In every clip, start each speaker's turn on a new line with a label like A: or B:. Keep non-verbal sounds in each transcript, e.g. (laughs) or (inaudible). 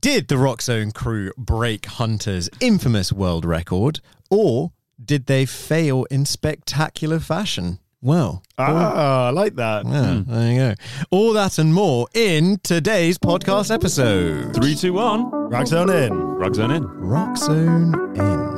A: Did the Rock Zone crew break Hunter's infamous world record, or did they fail in spectacular fashion? Well,
B: Ah, I like that.
A: yeah,
C: Hmm.
A: there you go. All that and more in today's podcast episode.
C: Three, two, one.
B: Rags on in.
C: Rugs on in.
A: Rock Zone in.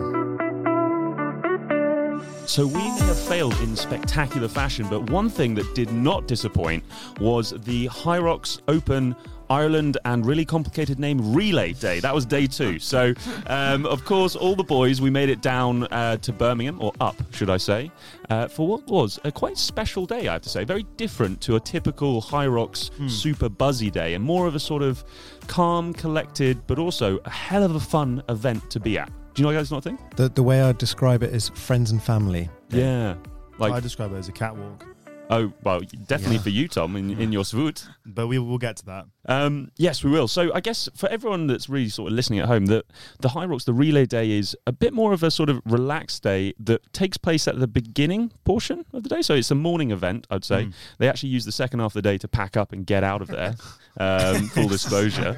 C: So we may have failed in spectacular fashion, but one thing that did not disappoint was the Hyrox Open Ireland and really complicated name Relay Day. That was day two. So, um, of course, all the boys, we made it down uh, to Birmingham, or up, should I say, uh, for what was a quite special day, I have to say. Very different to a typical Hyrox super buzzy day and more of a sort of calm, collected, but also a hell of a fun event to be at. Do you know guys not think?
A: The, the way I describe it is friends and family.
C: Yeah. Like
B: I describe it as a catwalk,
C: Oh well, definitely for you, Tom, in, in your swoot.
B: but we will get to that.
C: Um, yes, we will. So I guess for everyone that's really sort of listening at home, that the High Rocks, the Relay Day is a bit more of a sort of relaxed day that takes place at the beginning portion of the day. So it's a morning event, I'd say. They actually use the second half of the day to pack up and get out of there. Um, full disclosure,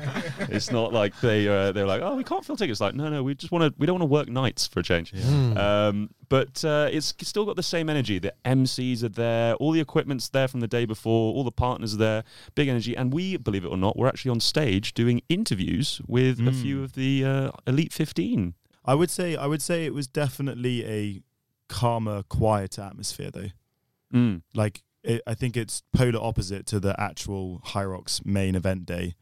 C: it's not like they uh, they're like, oh, we can't fill tickets. Like, no, no, we just want to. We don't want to work nights for a change. Um, but uh, it's still got the same energy. The MCs are there, all the equipment's there from the day before, all the partners are there, big energy. And we, believe it or not, we're actually on stage doing interviews with a
B: Hmm.
C: few of the uh, Elite 15.
B: I would say I would say it was definitely a calmer, quieter atmosphere though.
C: Mm.
B: Like it, I think it's polar opposite to the actual Hyrox main event day,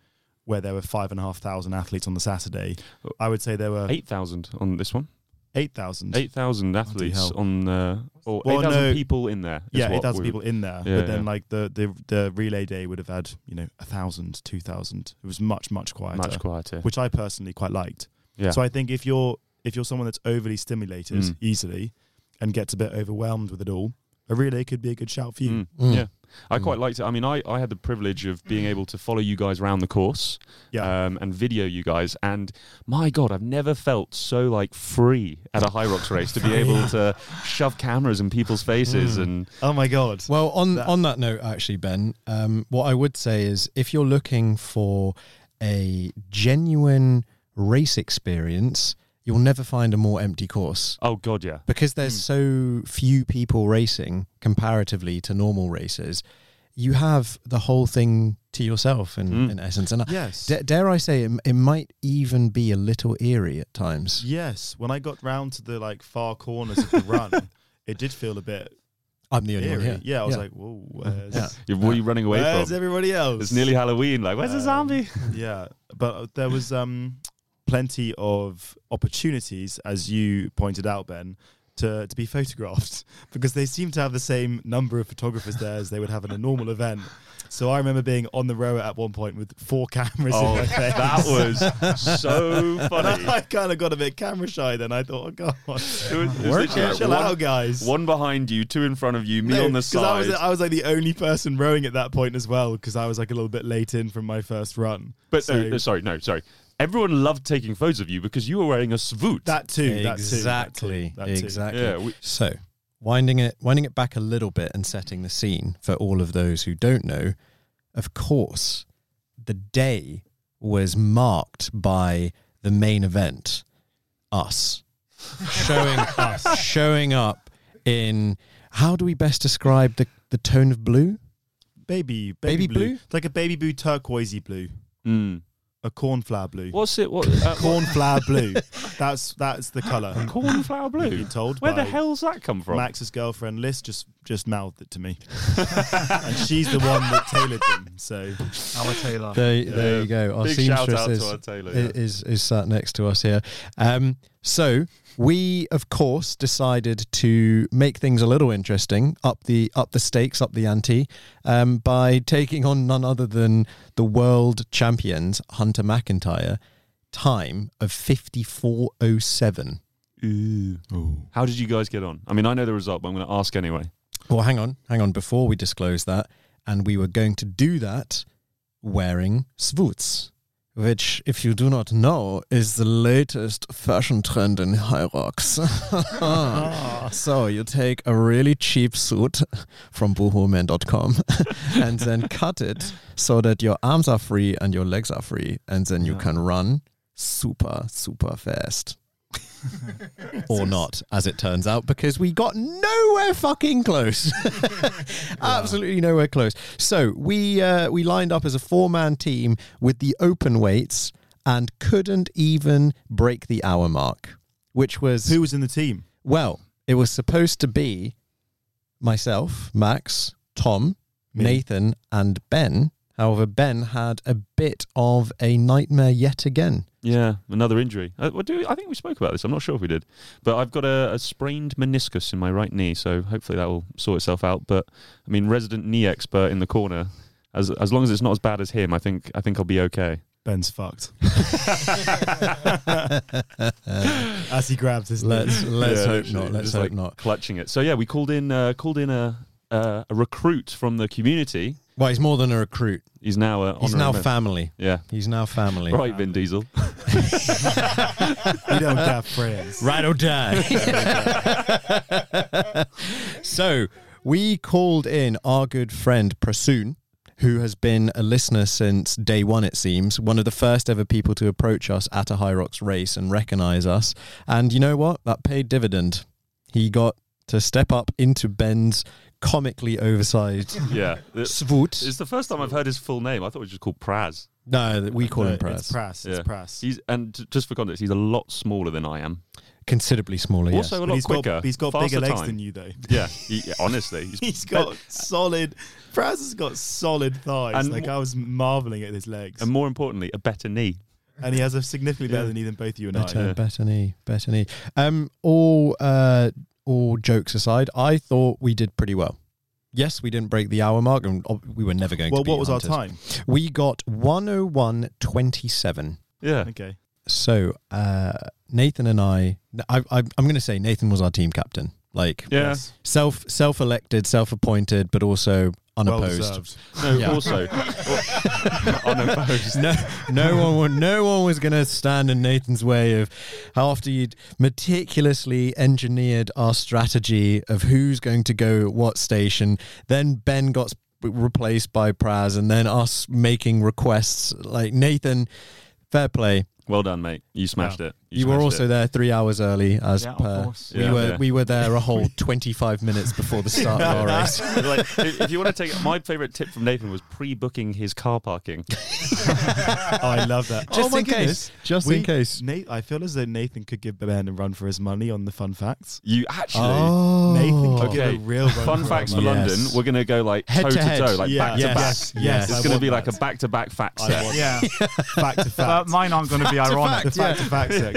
B: where there were five and a half thousand athletes on the Saturday. I would say there were
C: 8,000 on this one.
B: eight thousand.
C: 8,000 athletes
B: hell.
C: on, uh, or
B: Well,
C: 8,000
B: no.
C: people in there. is
B: Yeah,
C: what
B: eight thousand
C: we-
B: people in there.
C: Yeah,
B: but then
C: yeah.
B: like the, the the relay day would have had, you know, a thousand, two thousand. It was much, much quieter.
C: Much quieter.
B: Which I personally quite liked.
C: Yeah.
B: So I think if you're if you're someone that's overly stimulated
C: Mm.
B: easily and gets a bit overwhelmed with it all, a relay could be a good shout for you.
C: Mm.
A: Mm.
C: Yeah.
B: Hmm.
C: I quite liked it. I mean, I, I had the privilege of being able to follow you guys around the course
B: Yeah.
C: um, and video you guys. And my God, I've never felt so like free at a high rocks race to
B: (laughs)
C: be able to shove cameras in people's faces. And
B: Oh my god.
A: Well, on
B: That-
A: on that note, actually, Ben, um, what I would say is if you're looking for a genuine race experience, you'll never find a more empty course
C: oh God, yeah.
A: because there's
B: Hmm.
A: so few people racing comparatively to normal races. You have the whole thing to yourself, in,
B: Hmm.
C: Mm.
A: in essence, and I-
B: Yes.
A: da- dare I say, it, it might even be a little eerie at times.
B: yes. When I got round to the like far corners of the
C: (laughs)
B: run, it did feel a bit
A: I'm the only
B: eerie.
A: one here.
B: Yeah, I was like, (laughs) whoa, where's,
A: Yeah.
C: You- What are you running away
B: where's
C: from?
B: everybody else?
C: It's nearly Halloween. Like, where's the
B: Um, (laughs)
C: zombie?
B: yeah but there was um plenty of opportunities as you pointed out ben to, to be photographed (laughs) because they seem to have the same number of photographers there as they would have at a normal event so i remember being on the rower at one point with four cameras
C: Oh,
B: in my face (laughs)
C: that was so funny.
B: i kind of got a bit camera shy then i thought oh god
C: It was- it was
A: Work
C: literally
A: it.
C: like
B: chill
C: one,
B: out guys
C: one behind you, two in front of you, me on the
B: because I was,
C: side.
B: I was like the only person rowing at that point as well because I was like a little bit late in from my first run.
C: But
B: So-
C: no, no, sorry, no, sorry. Everyone loved taking photos of you because you were wearing a svut.
B: That too. that too, that too,
A: exactly
B: that too.
A: exactly
C: Yeah, we-
A: so winding it winding it back a little bit and setting the scene for all of those who don't know of course the day was marked by the main event us (laughs) showing us showing up in how do we best describe the the tone of blue
B: Baby,
A: Baby
B: baby, blue.
A: blue?
B: It's like a baby blue turquoisey blue,
C: (laughs) Mm.
B: a cornflower blue.
C: What's it? What, uh,
B: Cornflower blue. That's that's the color.
C: Cornflower
B: You've
C: blue.
B: been told
C: Where the
B: by
C: hell's that come from?
B: Max's girlfriend Liz just just mouthed it to
A: (laughs)
B: me, and she's the one that tailored them. So
D: Our Taylor.
A: (laughs) there, there you go our
C: Big shout out
A: seamstress
C: to our
A: is,
C: tailor. yeah.
A: is is sat next to us here. Um, so we, of course, decided to make things a little interesting, up the up the stakes, up the ante, um, by taking on none other than the world champions Hunter McIntyre, time of fifty four oh seven.
C: How did you guys get on? I mean, I know the result, but I'm going to ask anyway.
A: Well, hang on, hang on. Before we disclose that, and we were going to do that wearing svuts, which, if you do not know, is the latest fashion trend in high rocks. so you take a really cheap suit from boohooman.com and then cut it so that your arms are free and your legs are free, and then you
B: Yeah.
A: can run super, super fast. (laughs) or not, as it turns out, because we got nowhere fucking close. (laughs) Absolutely nowhere close. So we uh, we lined up as a four man team with the open weights and couldn't even break the hour mark, which was
B: Who was in the team?
A: well, it was supposed to be myself, Max, Tom,
B: Me.
A: Nathan, and Ben. However, Ben had a bit of a nightmare yet again.
C: Yeah, another injury. Uh, well, do I think we spoke about this? I'm not sure if we did, but I've got a, a sprained meniscus in my right knee, so hopefully that will sort itself out. But I mean, resident knee expert in the corner. As, as long as it's not as bad as him, I think I think I'll be okay.
B: Ben's fucked. As he grabbed his
A: (laughs)
B: leg.
A: Let's let's
C: Yeah,
A: hope
C: literally,
A: not. Let's
C: just
A: hope
C: like
A: not.
C: Clutching it. So yeah, we called in uh, called in a uh, a recruit from the community.
A: Well, he's more than a recruit.
C: He's now a
A: He's
C: honorary
A: now
C: mem-
A: family.
C: yeah.
A: He's now family.
C: Right, Vin
B: (laughs)
C: Diesel.
B: We don't have friends.
A: Right or
C: (laughs)
A: die. (laughs) so we called in our good friend Prasoon, who has been a listener since day one, it seems, one of the first ever people to approach us at a High Rocks race and recognize us. And you know what? That paid dividend. He got to step up into Ben's comically oversized
C: Yeah, it's
A: swoot.
C: it's the first time I've heard his full name. I thought it was just called Praz.
A: No, that we call
B: No,
A: him
B: It's
A: Pras.
B: Prass. It's
C: Yeah.
B: Prass.
C: He's and j- just for context, he's a lot smaller than I am.
A: Considerably smaller, yes.
C: Also, a
B: But
C: lot
B: he's
C: quicker.
B: got, he's got
C: faster
B: bigger legs
C: time.
B: than you, though.
C: Yeah, he, yeah, honestly, (laughs)
B: (laughs)
C: he's
B: He's got solid. Praz has got solid thighs.
C: And
B: like
C: mo-
B: I was marveling at his legs,
A: Um,
C: and
B: and,
C: more importantly, a better knee.
B: he has a significantly better
C: Yeah.
B: knee than both you and I.
A: Better,
C: yeah.
A: better knee, better knee. Um, all uh, all jokes aside, I thought we did pretty well. Yes, we didn't break the hour mark, and ob- we were never going
B: Well,
A: to. be
B: what was
A: hunters.
B: our time?
A: We got one hundred one twenty-seven.
C: Yeah,
B: Okay,
A: So uh, Nathan and I, I, I I'm going to say Nathan was our team captain, like
C: yeah.
B: Yes.
A: self self elected, self appointed, but also
B: well
A: unopposed.
B: deserved.
C: No,
A: (laughs) Yeah.
C: also (laughs) unopposed.
A: no, no one, wa- no one was going to stand in Nathan's way of after you'd meticulously engineered our strategy of who's going to go at what station. Then Ben got s- replaced by Praz, and then us making requests like Nathan. Fair play.
C: Well done, mate. You smashed it.
A: You, were
C: smashed
A: also
C: it.
A: there three hours early, as
D: Yeah, of
A: per.
D: course.
A: We
C: Yeah.
A: were
C: Yeah.
A: we were there a whole twenty five minutes before the start
C: (laughs)
A: of our race.
C: like, if, if you want to take my favorite tip from Nathan was pre-booking his car parking.
B: Oh, I love
A: (laughs)
B: that.
A: Just
B: oh my
A: in
B: goodness.
A: case. Just
B: We-
A: in case.
B: Nate, I feel as though Nathan could give Ben a run for his money on the fun facts.
C: You actually.
A: Oh,
B: Nathan could
C: Okay.
B: give a real run
C: Fun
B: for
C: facts
B: our
C: for
A: Yes.
B: money.
C: London. We're gonna go like
A: Head
C: toe
A: to
C: to,
A: head.
C: toe, like
B: Yeah.
A: Yes.
C: back to
A: Yes.
C: back.
A: Yes.
C: it's
A: I
C: gonna
B: want
C: be like a
B: that.
C: back to back fact
B: I
C: set.
B: want yeah. (laughs) fact
C: Uh,
B: to
D: Well,
B: fact.
D: mine aren't going to be ironic.
B: the fact to
C: (laughs)
B: fact section.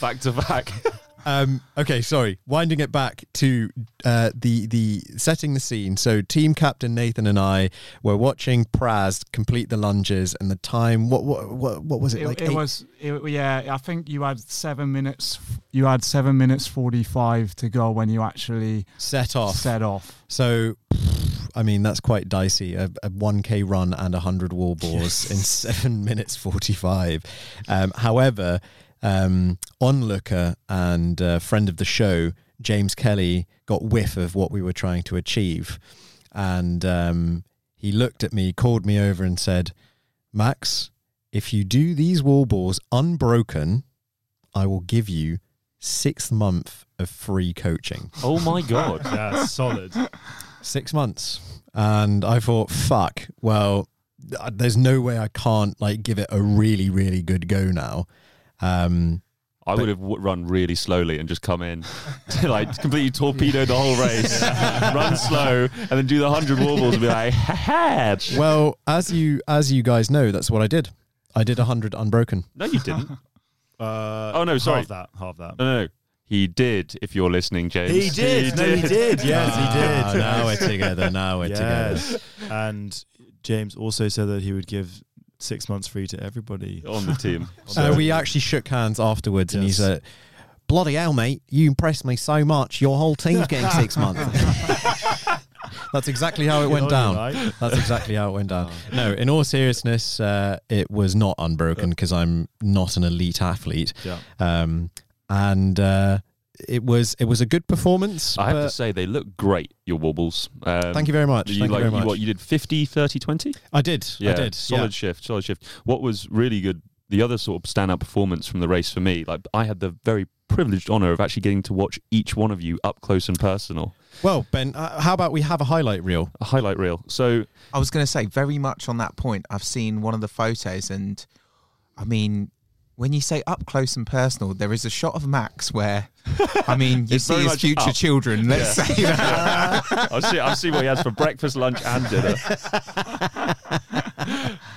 C: Back to back.
A: Um, okay, sorry. Winding it back to uh, the the setting the scene. So, team captain Nathan and I were watching Praz complete the lunges, and the time. What what what, what was it?
D: It,
A: like
D: it
A: eight-
D: was, it, yeah. I think you had seven minutes. You had seven minutes forty-five to go when you actually
A: set off.
D: set off.
A: So, I mean, that's quite dicey. A a one k run and a hundred wall bores in seven (laughs) minutes forty five. Um, however, um, onlooker and uh, friend of the show James Kelly got whiff of what we were trying to achieve, and um, he looked at me, called me over, and said, "Max, if you do these wall bores unbroken, I will give you six month of free coaching."
C: (laughs) Oh my god.
B: Yeah, solid.
A: six months and i thought fuck well th- there's no way i can't like give it a really really good go now um
C: I would have w- run really slowly and just come in, (laughs) like completely torpedo the whole
A: (laughs)
C: race, run slow, and then do the hundred warbles and be like, (laughs) ha ha.
A: well as you as you guys know that's what i did i did 100 unbroken
C: No,
A: (laughs)
C: you didn't.
B: Uh,
C: Oh, no, sorry.
B: Half that. Half that.
C: No, no, no. He did. If you're listening, James,
B: He did. no, he did. Yes,
A: Ah,
B: he did.
A: now
B: (laughs)
A: we're together now we're together
B: yes. And James also said that he would give six months free to everybody.
C: (laughs) on the team.
A: Uh, Oh, we
B: (laughs)
A: actually shook hands afterwards and he
B: Yes.
A: said
B: (laughs)
A: bloody hell mate you impressed me so much your whole team's getting six months (laughs) That's exactly how it went down. That's exactly how it went
B: (laughs)
A: down. No, in all seriousness, uh, it was not unbroken because I'm not an elite athlete.
B: Yeah.
A: Um, and uh, it was it was a good performance.
C: I have to
A: but-
C: say, they look great, your wobbles. Um,
A: thank you very much.
C: You,
A: thank
C: like,
A: you very
C: you-
A: much.
C: what, you did 50, 30, 20?
A: I did. I did.
C: Solid
A: yeah.
C: shift, solid shift. What was really good, the other sort of standout performance from the race for me, like I had the very privileged honor of actually getting to watch each one of you up close and personal.
A: Well, Ben, uh, how about we have a highlight
C: (laughs)
A: reel?
C: A highlight reel. So
E: I was going to say very much on that point. I've seen one of the photos, and I mean, when you say up close and personal, there is a shot of Max where, I
C: (laughs)
E: mean, you
C: It's
E: see
C: very
E: his
C: much
E: future
C: up.
E: children. Let's say that.
C: I'll see, I'll see what he has for breakfast, lunch,
B: (laughs)
C: and dinner.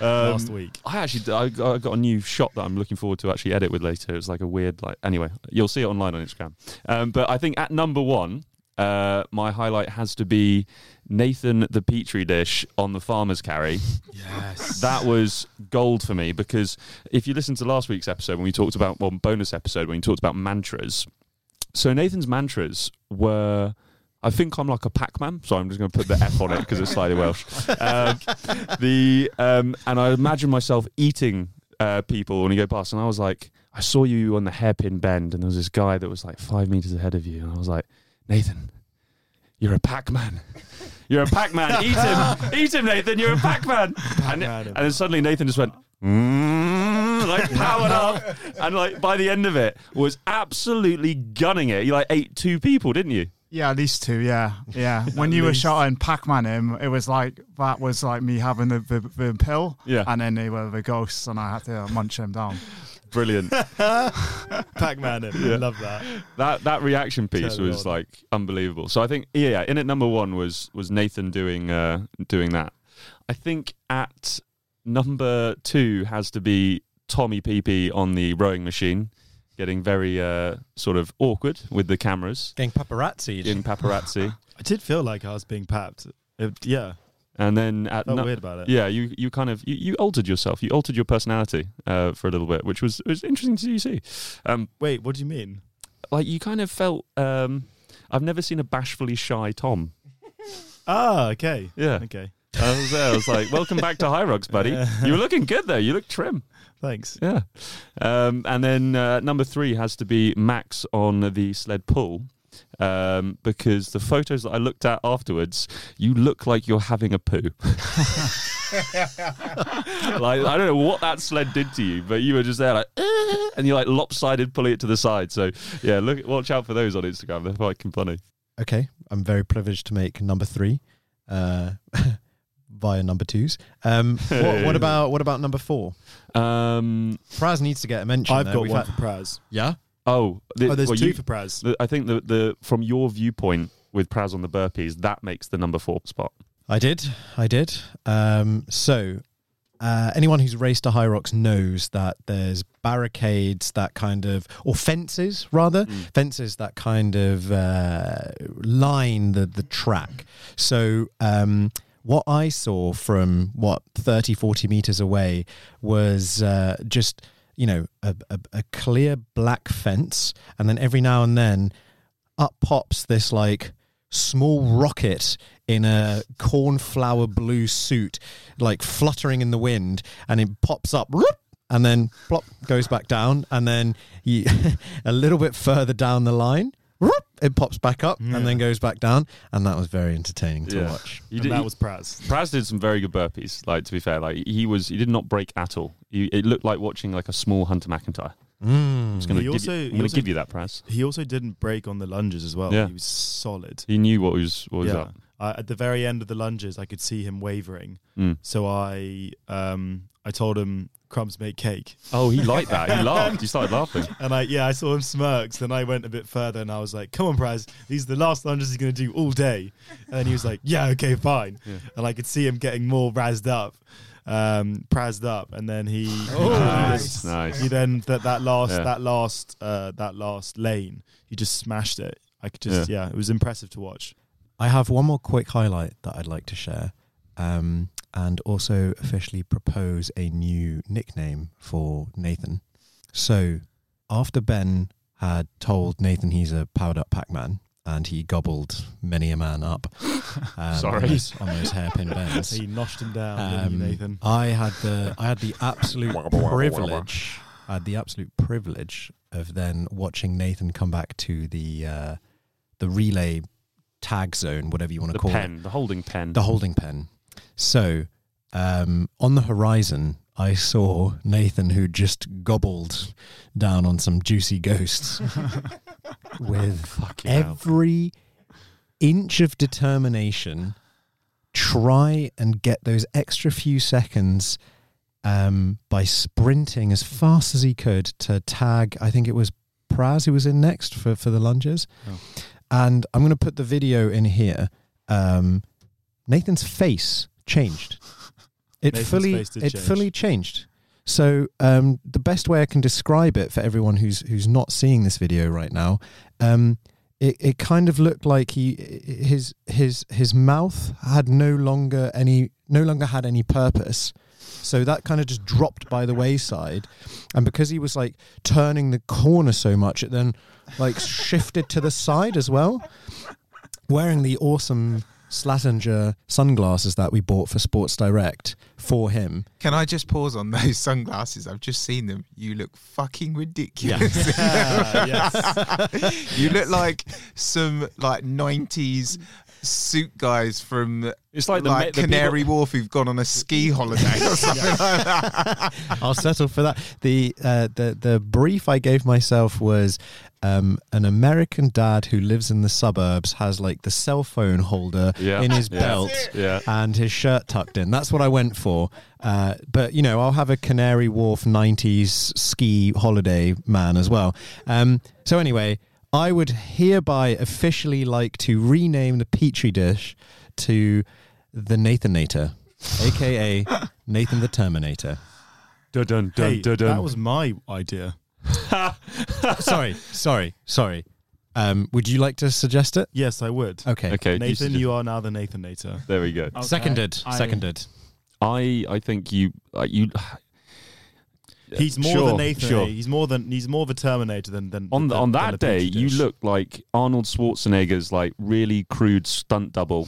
C: Um,
B: Last week.
C: I actually I got, I got a new shot that I'm looking forward to actually edit with later. It's like a weird like anyway, you'll see it online on Instagram. Um, but I think at number one, uh, my highlight has to be Nathan the Petri dish on the farmer's carry.
B: Yes.
C: That was gold for me because if you listen to last week's episode when we talked about well bonus episode when we talked about mantras, so Nathan's mantras were. I think I'm like a Pac-Man, so I'm just going to put the F on it because it's slightly Welsh. Um, the um, and I imagine myself eating uh, people when you go past, and I was like, I saw you on the hairpin bend, and there was this guy that was like five meters ahead of you, and I was like, Nathan, you're a Pac-Man. You're a Pac-Man. Eat him, eat him, Nathan. You're a Pac-Man. And, and then suddenly Nathan just went. "Mm," like powered up and like by the end of it was absolutely gunning it you like ate two people didn't you
D: Yeah, at least two. Yeah,
A: (laughs)
D: yeah. when you were shouting Pac-Man him, it was like that was like me having the, the, the pill.
C: Yeah.
D: and then they were the ghosts, and I had to munch them down.
C: brilliant
B: Pac-Man. him. I love that.
C: that that
B: (laughs)
C: reaction piece
B: Totally
C: was
B: on.
C: like unbelievable. So I think yeah, in at number one was was Nathan doing uh, doing that. I think at number two has to be Tommy PP on the rowing machine, getting very uh, sort of awkward with the cameras
A: Getting paparazzi.
C: in paparazzi,
B: I did feel like I was being papped. It, yeah.
C: and then at
B: Felt
C: nu-
B: weird about it.
C: yeah, you you kind of you, you altered yourself, you altered your personality uh, for a little bit, which was was interesting to see. Um,
B: Wait, what do you mean?
C: like you kind of felt. Um, I've never seen a bashfully shy Tom.
B: Ah, okay.
C: Yeah.
B: Okay.
C: I was there. I was like, "Welcome back to High Rocks, buddy. You were looking good though. You look trim."
B: (laughs) Thanks.
C: Yeah. Um, and then uh, number three has to be Max on the sled pull, um, because the photos that I looked at afterwards, you look like you're having a poo. (laughs) like I don't know what that sled did to you, but you were just there like, "Eh," and you're like lopsided pulling it to the side. So yeah, look, watch out for those on Instagram. They're fucking funny.
A: okay, I'm very privileged to make number three uh, (laughs) via number twos. Um, what, what about what about number four?
C: Um,
A: Praz needs to get a mention.
B: I've
A: though.
B: got
A: We've
B: one
A: had-
B: for Praz.
A: yeah,
C: oh, the-
B: Oh, there's
C: well,
B: two
C: you-
B: for Praz.
C: The, I think the the from your viewpoint with Praz on the burpees, that makes the number four spot.
A: I did. I did. Um, so. Uh, anyone who's raced a high rocks knows that there's barricades that kind of, or fences rather,
C: Mm.
A: fences that kind of uh, line the, the track. So, um, what I saw from what 30, 40 meters away was uh, just, you know, a, a, a clear black fence. And then every now and then up pops this like small rocket in a cornflower blue suit, like fluttering in the wind. And it pops up. whoop, and then plop goes back down, and then you, (laughs) a little bit further down the line, whoop, it pops back up and then goes back down, and that was very entertaining to
C: Yeah.
A: watch.
C: You
B: And
C: did,
B: that
C: you-
B: was Praz.
C: Praz did some very good burpees. Like to be fair, like he was he did not break at all. He, it looked like watching like a small Hunter McIntyre.
A: Mm.
C: I'm gonna,
B: He
C: give,
B: also-
C: you, I'm
B: he
C: gonna
B: also-
C: give you that Praz.
B: He also didn't break on the lunges as well.
C: Yeah.
B: He was solid.
C: He knew what was what was up.
B: Uh, at the very end of the lunges, I could see him wavering.
C: Mm.
B: So I, um, I told him crumbs make cake,
C: Oh, he liked that. (laughs) He laughed. He started laughing.
B: and I yeah I saw him smirks. Then I went a bit further, and I was like, "Come on, Praz, these are the last lunges he's going to do all day." And he was like, "Yeah, okay, fine."
C: Yeah.
B: And I could see him getting more razzed up, um, prazzed up, and then he
C: nice.
B: he
C: Oh, nice.
B: then that that last
C: Yeah.
B: that last uh, that last lane, he just smashed it. I could just yeah, it was impressive to watch.
A: I have one more quick highlight that I'd like to share, um, and also officially propose a new nickname for Nathan. So, after Ben
C: (laughs)
A: had told Nathan he's a powered up Pac Man and he gobbled many a man up, um,
C: Sorry.
A: on those, on those hairpin bends.
B: he noshed him down, didn't
A: Um,
B: he, Nathan.
A: I had the I
C: (laughs)
A: had the absolute privilege. I had the absolute privilege of then watching Nathan come back to the uh, the relay tag zone, whatever you want
C: The
A: to call
C: pen, the holding
A: it,
C: pen.
A: the holding pen. So um, on the horizon, I saw Nathan who just gobbled down on some juicy ghosts
C: (laughs)
A: with
C: Fucking hell.
A: every inch of determination try and get those extra few seconds um, by sprinting as fast as he could to tag i think it was praz who was in next for, for the lunges
B: Oh.
A: and i'm going to put the video in here um, nathan's face changed
B: (laughs)
A: it
B: Nathan's
A: fully
B: face did
A: it
B: change.
A: fully changed so um, the best way i can describe it for everyone who's who's not seeing this video right now um, it, it kind of looked like he his his his mouth had no longer any no longer had any purpose so that kind of just dropped by the wayside and because he was like turning the corner so much it then like shifted to the side as well wearing the awesome Slatinger sunglasses that we bought for Sports Direct for him
E: Can I just pause on those sunglasses? I've just seen them. You look fucking ridiculous. (laughs)
C: (laughs)
B: Yeah, yes.
E: you look like some like nineties suit guys from
C: It's like the,
E: like
C: me- the
E: Canary
C: people-
E: Wharf who've gone on
C: (laughs)
E: a ski holiday or something like that.
A: I'll settle for that. The uh, the the brief I gave myself was um, an American dad who lives in the suburbs has like the cell phone holder
C: Yeah,
A: in his
C: yeah.
A: belt
C: Yeah.
A: and his shirt tucked in. That's what I went for. Uh, but you know, I'll have a Canary Wharf '90s ski holiday man as well. Um, so anyway, I would hereby officially like to rename the petri dish to the Nathanator, aka
C: (laughs)
A: Nathan the Terminator.
C: Dun, dun, dun,
B: Hey,
C: dun, dun.
B: that was my idea.
A: sorry, sorry, sorry. Um, would you like to suggest it?
B: Yes, I would.
A: Okay.
C: okay. you
B: Nathan,
C: should-
B: you are now the Nathanator.
C: There we go.
A: (laughs)
D: Okay,
A: Seconded.
D: I-
A: Seconded.
C: I I think you uh, you.
B: He's more
C: Sure,
B: than Nathan. eh?
C: sure.
B: He's more than he's more of a Terminator than than
C: On the,
B: than-
C: on
B: than a
C: that day,
B: petri
C: you
B: dish.
C: look like Arnold Schwarzenegger's like really crude stunt double,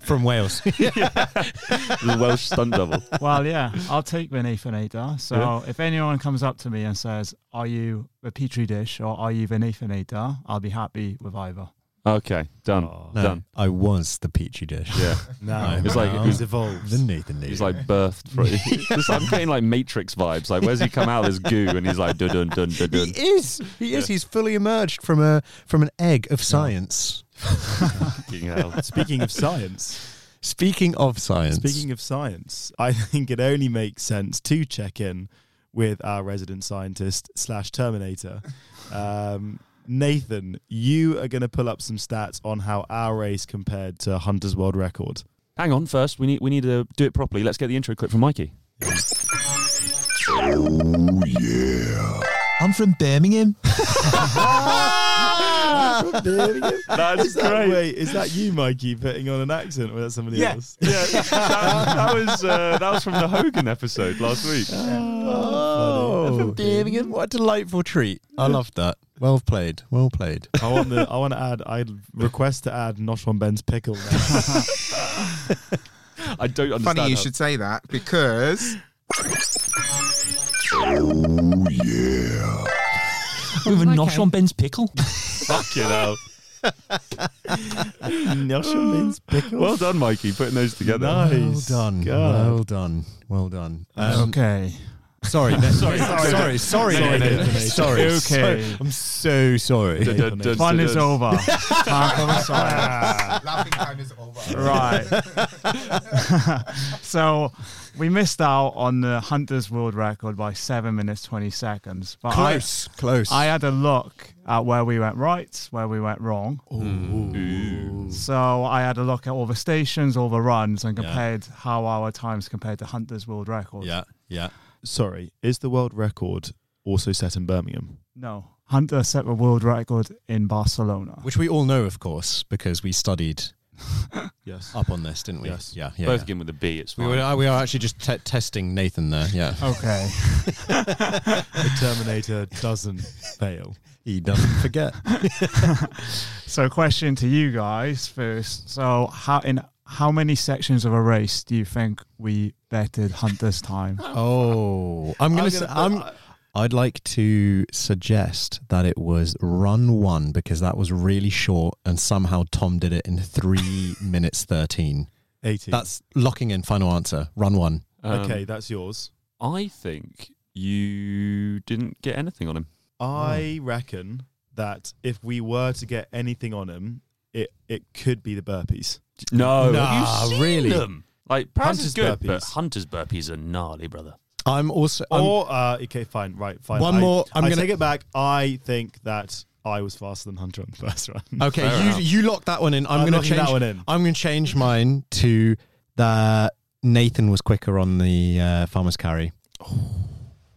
A: From Wales.
C: the Welsh stunt double.
D: (laughs) well, yeah, I'll take the Nathan Ada. So
C: Yeah.
D: if anyone comes up to me and says, "Are you the Petri dish or are you the Nathan Ada?" I'll be happy with either.
C: Okay, done,
B: Aw.
A: No,
C: (laughs) done.
A: I was the peachy dish.
C: Yeah,
B: now.
C: It's like-
B: now he's evolved.
A: The Nathan
C: he's like birthed. For, It's like- I'm getting like Matrix vibes. Like, where's he come out of this goo? And he's like, dun dun dun
A: he
C: dun dun.
A: is. He is.
C: Yeah.
A: He's fully emerged from a from an egg of science.
C: Fucking
B: (laughs)
C: hell.
B: Speaking of
C: (laughs)
B: science,
A: Speaking of science,
B: speaking of science, I think it only makes sense to check in with our resident scientist slash Terminator, um, Nathan. You are going to pull up some stats on how our race compared to Hunter's world record.
C: Hang on, first we need we need to do it properly. Let's get the intro clip from Mikey.
E: I'm from Birmingham.
C: (laughs) That's
B: Is that, wait, is that you, Mikey, putting on an accent, or is that somebody
E: Yeah.
B: else?
C: Yeah, (laughs) that, that was uh, that was from the Hogan episode last week.
A: oh, what a delightful treat! I loved that. Well played. Well played.
B: (laughs) I want the, I want to add. I request to add Nosh on Ben's pickle. Now.
C: I don't understand.
E: Funny you
C: how-
E: should say that because
C: With a nosh on Ben's pickle. Fucking hell.
B: (laughs) Nosh on Ben's pickle.
C: Well done, Mikey, putting those together.
B: Nice.
A: Well done.
B: God.
A: Well done. Well done. Um,
D: okay.
A: (laughs) Sorry, sorry, sorry, sorry,
C: sorry.
A: sorry,
C: Sorry,
A: Nathan.
B: Nathan.
A: sorry.
D: Okay.
A: sorry. I'm so sorry.
C: Dun, dun, dun,
D: Fun
C: dun,
D: is
C: dun.
D: over. Time for the science.
E: (laughs) laughing time is over.
D: (laughs) Right. (laughs) so we missed out on the Hunter's world record by seven minutes twenty seconds. But I-
A: Close, close.
D: I had a look at where we went right, where we went wrong. So I had a look at all the stations, all the runs, and
A: Yeah.
D: compared how our times compared to Hunter's world record.
A: yeah, yeah.
B: Sorry, is the world record also set in Birmingham?
D: No, Hunter set the world record in
A: (laughs)
D: Barcelona.
A: Which we all know, of course, because we studied
B: (laughs) Yes.
A: up on this, didn't we?
B: Yes.
A: Yeah, yeah.
C: Both
A: yeah.
C: begin with a B. It's
A: We
C: fine.
A: were, we are actually just te- testing
B: (laughs) Oh.
A: Nathan there. Yeah.
D: Okay.
B: The Terminator doesn't fail.
A: He
B: (laughs)
A: doesn't forget.
D: So, question to you guys first. So, how in how many sections of a race do you think we betted Hunter's time?
A: oh, I'm gonna. say,
B: uh,
A: I'm. I'd like to suggest that it was run one because that was really short, and somehow Tom did it in
B: (laughs)
A: three minutes thirteen.
B: 18.
A: That's locking in final answer. Run one.
C: Um,
B: okay, that's yours.
C: I think you didn't get anything on him.
A: oh.
B: I reckon that if we were to get anything on him, it, it could be the burpees.
C: No,
A: Nah,
C: Have you seen
A: really?
C: them? Like Prance is good,
B: Hunter's
C: but
B: burpees.
C: Hunter's burpees are gnarly, brother.
A: I'm also. I'm,
B: or, uh, okay, fine, right, fine.
A: One
B: I-
A: more, I'm
B: I
A: gonna-
B: take it back. I think that I was faster than Hunter on the first run.
A: okay,
C: Fair
A: you
C: enough.
A: you lock that one in. I'm,
B: I'm
A: gonna
B: locking that
A: change
B: one in.
A: I'm gonna change mine to that Nathan was quicker on the uh, farmer's carry.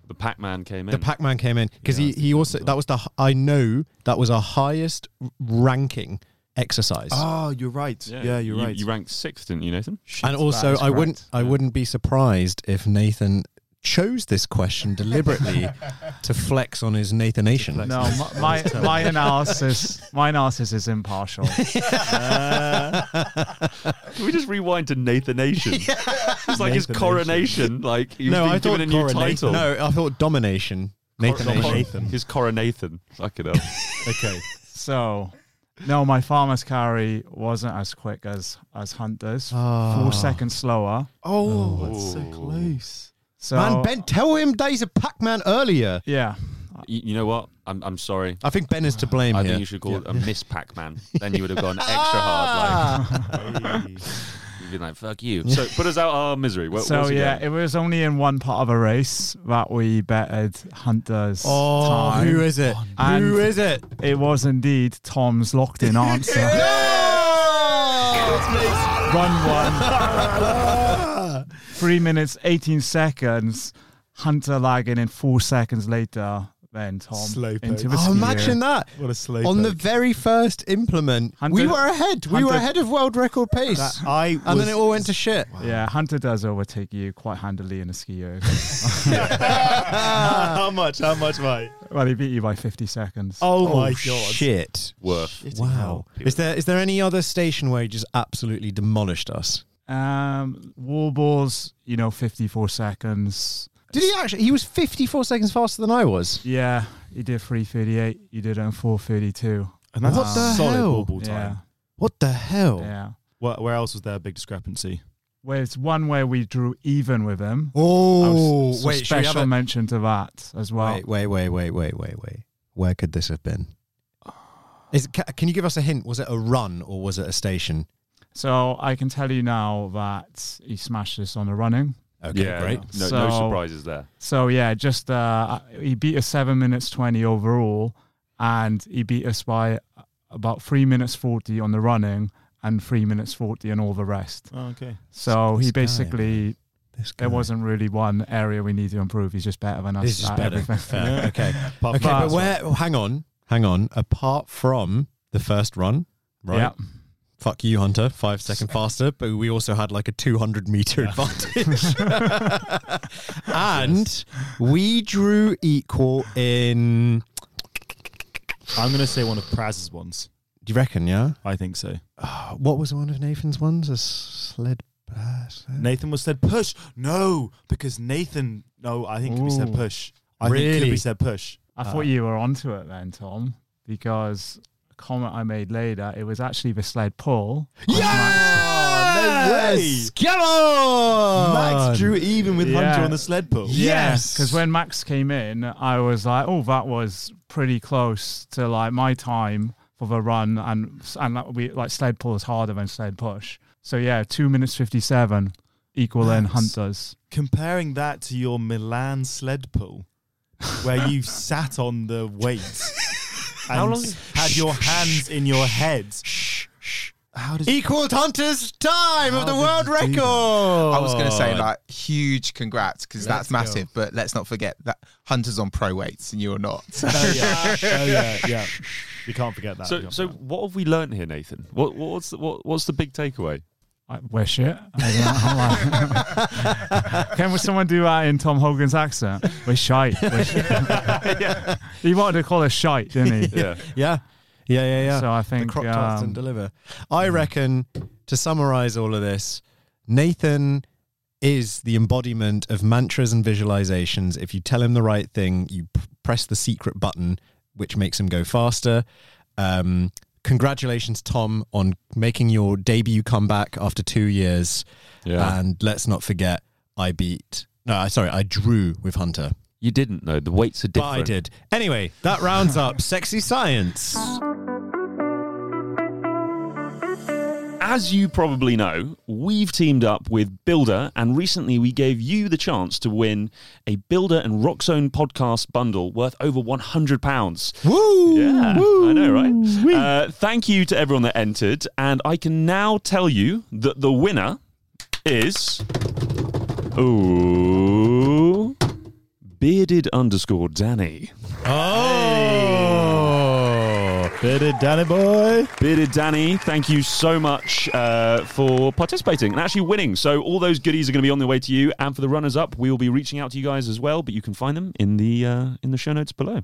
C: The Pac-Man came in.
A: The Pac-Man came in because
C: Yeah,
A: he, he also that was the h- I know that was our highest ranking exercise.
B: Oh, you're right. Yeah, you're
C: you,
B: right.
C: You ranked sixth, didn't you, Nathan?
A: and also,
E: that is
A: I wouldn't I
C: correct. Yeah.
A: wouldn't be surprised if Nathan chose this question
B: (laughs)
A: deliberately to flex on his Nathan Nation.
B: flex.
D: (laughs) No, my my, (laughs)
A: (laughs)
D: my analysis my analysis is impartial.
C: Can we just rewind to Nathan Nation? It's like his
B: Nathanation.
C: coronation. Like he was
A: No,
C: being
A: I thought
C: given a new
A: coronation-
C: title.
A: No, I thought domination. Nathan
C: Cor-
A: Nation.
B: Nathan.
C: His coronation. Fucking hell.
B: okay.
D: (laughs) So, no, my farmer's carry wasn't as quick as as Hunter's.
A: Ah.
D: Four seconds slower.
B: Oh, that's so
C: Oh.
B: close.
D: Oh. So
A: Man, Ben, tell him that he's a Pac-Man earlier.
D: yeah,
C: you, you know what? I'm, I'm sorry.
A: I think Ben is to blame
C: I
A: here. Ah!
C: think you should call it a Miss Pac-Man. then you would have gone extra hard. Like you'd been like, "Fuck you." So put us out our misery. What,
D: so
C: what's he
D: yeah,
C: doing?
D: it was only in one part of a race that we betted Hunter's
A: (laughs) oh,
D: time.
A: who is it?
D: And-
A: who is it?
D: it was indeed
A: (laughs)
D: Tom's locked-in answer. Run one,
A: (laughs)
D: three minutes eighteen seconds. Hunter lagging in four seconds later than Tom
B: Slow
D: into
B: poke.
D: the
A: Oh,
D: skier.
A: imagine that.
B: (laughs) What a slow
A: On the
B: poke.
A: very first implement, we
D: Hunter-
A: were ahead. We were
D: Hunter-
A: ahead of world record pace.
B: That I
A: and
B: was-
A: then it all went to
B: (laughs)
A: shit.
D: Yeah, Hunter does overtake you quite handily in a ski year.
B: how much? How much, mate?
D: (laughs) well, he beat you by 50 seconds.
B: Oh,
A: Oh,
B: my god!
A: shit.
C: worth.
A: Wow. Is there is there any other station where he just absolutely demolished us?
D: Um, war balls, you know, 54 seconds.
A: Did he actually? He was 54 seconds faster than I was.
D: Yeah, you did 338. You did it in 432.
B: And that's
A: What
B: a
A: the
B: solid
A: hell?
B: ball ball
D: Yeah,
B: time.
A: What the hell?
D: yeah.
B: Where, where else was there a big discrepancy?
D: Where it's one where we drew even with him. I
A: Oh,
D: was- so
A: wait, should we have
D: special
A: a-
D: mention to that as well.
A: Wait, wait, wait, wait, wait, wait, wait. Where could this have been? Is ca- can you give us a hint? Was it a run or was it a station?
D: So I can tell you now that he smashed this on the running.
A: Okay,
C: yeah,
A: great.
C: No, no
D: So-
C: surprises there.
D: So yeah, just uh, he beat us seven minutes twenty overall, and he beat us by about three minutes forty on the running and three minutes forty on all the rest.
B: Oh, okay.
D: So he
A: This guy,
D: basically
A: This guy.
D: there wasn't really one area we need to improve. He's just better than us.
A: This is
D: at (laughs)
A: better.
D: everything.
A: Fair. Okay. Okay,
B: Apart
A: but,
B: from that,
A: where? oh, hang on, hang on. Apart from the first run, right?
D: Yeah.
A: Fuck you, Hunter. Five second faster, but we also had like a 200 meter
D: (laughs)
A: advantage. and we drew equal in.
B: (laughs) I'm going to say one of Praz's ones.
A: Do you reckon? Yeah.
B: I think so.
A: Uh, what was one of Nathan's ones? A sled. Uh, sled-
B: Nathan was said push. No, because Nathan. No, I think we said
D: Ooh.
B: push. I think
A: Really?
B: we said push.
D: I
A: Uh,
D: thought you were onto it then, Tom, because a comment I made later, it was actually the sled pull.
B: Ah,
A: Yes! Come on!
B: Max drew even with
D: Yeah.
B: Hunter on the sled pull.
A: Yes!
D: Because when Max came in, I was like, "Oh, that was pretty close to like my time for the run," and and like, we like sled pull is harder than sled push. So yeah, two minutes fifty-seven, equal in
B: Nice.
D: hunters.
B: Comparing that to your Milan sled pull,
A: (laughs)
B: where you sat on the weight and
C: How long-
B: had your hands in your head.
A: Shh, shh.
B: How does
A: Equaled Hunter's time
B: How
A: of the
B: did
A: world
B: you do
A: record.
B: that?
A: I
E: I was going to
A: Oh.
E: say like huge congrats because that's massive, but let's not forget that Hunter's on pro weights and
A: (laughs)
E: you're not. So
B: Oh yeah, oh
A: Uh,
B: yeah, yeah. We can't forget that. We
C: So,
B: can't
C: so
B: forget
C: what have we learnt here, Nathan? What, what's the, what, what's the big takeaway?
D: I wish it. I don't know. (laughs) Can someone do that in Tom Hogan's accent? We're shite.
B: (laughs)
D: We're shite. (laughs) He wanted to call us shite, didn't he?
C: Yeah.
A: (laughs) Yeah. Yeah, yeah, (laughs) yeah.
D: So I
A: the
D: think
A: crop dust and
D: um,
A: deliver. I reckon to summarize all of this, Nathan is the embodiment of mantras and visualizations. If you tell him the right thing, you p- press the secret button, which makes him go faster. Um, congratulations, Tom, on making your debut comeback after two years.
C: Yeah.
A: And let's not forget, I beat. No, I- sorry, I drew with Hunter.
C: you didn't know. The weights are
A: But
C: different.
A: I did. Anyway, that rounds up Sexy Science.
C: As you probably know, we've teamed up with Builder, and recently we gave you the chance to win a Builder and Rockzone podcast bundle worth over £100.
A: Woo!
C: Yeah, I know, right? Uh, thank you to everyone that entered, and I can now tell you that the winner is. Ooh. Bearded underscore Danny.
A: Oh!
B: Did it, Danny boy.
C: Bearded Danny, thank you so much uh, for participating and actually winning. So, all those goodies are going to be on their way to you. And for the runners up, we will be reaching out to you guys as well, but you can find them in the uh, in the show notes below.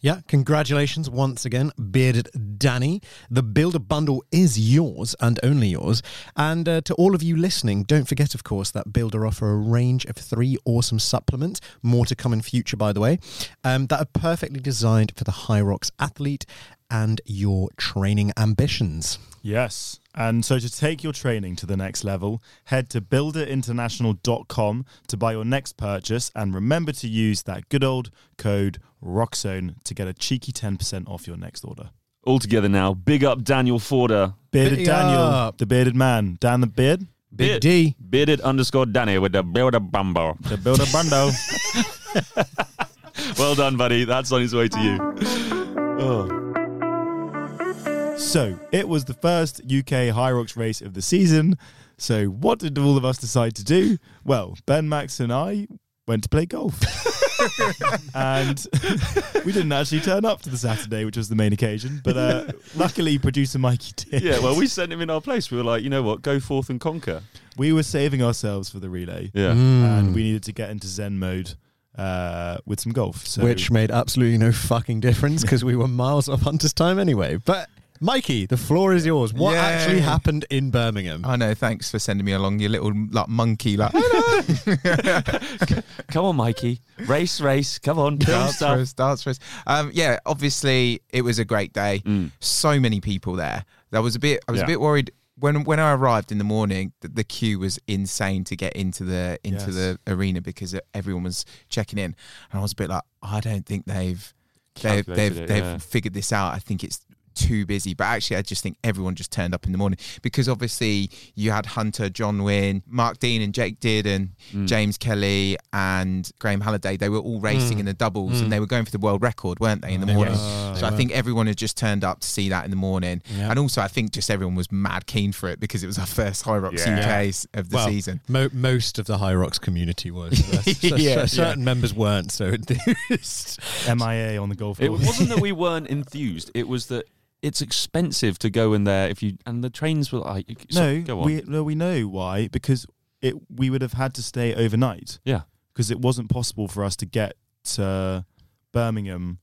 A: Yeah, congratulations once again, Bearded Danny. The Builder Bundle is yours and only yours. And uh, to all of you listening, don't forget, of course, that Builder offer a range of three awesome supplements, more to come in future, by the way, um, that are perfectly designed for the High Rocks athlete and your training ambitions.
B: Yes. And so to take your training to the next level, head to builderinternational.com to buy your next purchase and remember to use that good old code ROCKZONE to get a cheeky 10% off your next order.
C: All together now, big up Daniel Forder.
B: Bearded
A: Big
B: Daniel,
A: up.
B: the bearded man. Dan the beard,
A: Big
C: Beard-
A: D.
C: Bearded underscore Danny with the Builder Bumbo.
B: the builder bando.
C: Well done, buddy. That's on his way to you.
A: (laughs)
B: So it was the first UK high rocks race of the season. So what did all of us decide to do? Well, Ben Max and I went to play
C: (laughs)
B: golf. and (laughs) we didn't actually turn up to the Saturday, which was the main occasion. But
C: (laughs)
B: uh, luckily, producer Mikey did.
C: Yeah, well, we sent him in our place. We were like, you know what, go forth and conquer.
B: (laughs) we were saving ourselves for the relay,
C: Yeah.
A: Mm.
C: Mm.
B: and we needed to get into Zen mode uh, with some golf. So
A: Which made absolutely no fucking difference because we were miles off Hunter's time anyway. But Mikey, the floor is yours. What
E: Yay.
A: actually happened in Birmingham?
E: I know. Thanks for sending me along, you little like monkey. Like
C: Come on, Mikey. Race, race. Come on. Build
E: dance
C: stuff.
E: race, dance race. Um, yeah, obviously it was a great day. So many people there. That was a bit. I was
C: Mm. Yeah.
E: a bit worried when when I arrived in the morning. The, the queue was insane to get into the into
B: Yes.
E: the arena because e-, everyone was checking in, and I was a bit like, I don't think they've they've
C: Calculated
E: they've,
C: it,
E: they've
C: yeah.
E: figured this out. I think it's too busy but actually i just think everyone just turned up in the morning because obviously you had hunter john wynn mark dean and jake didden
B: Mm.
C: Mm.
E: james kelly and graham halliday they were all racing in the doubles
B: Mm.
E: and they were going for the world record weren't they in the morning so i think everyone had just turned up to see that in the morning and also i think just everyone was mad keen for it because it was our first high rocks
C: Yeah.
E: uk's of the
A: Well,
E: season
A: Mo- most of the High Rocks community
E: (laughs)
A: was.
E: Yeah, yeah.
A: certain members weren't, so (laughs) enthused.
B: MIA on the golf
C: It
B: course.
C: wasn't that we weren't enthused. It was that it's expensive to go in there if you and the trains were like so-
B: no,
C: go on.
B: we no, we know why because it we would have had to stay overnight.
C: Yeah.
B: because it wasn't possible for us to get to Birmingham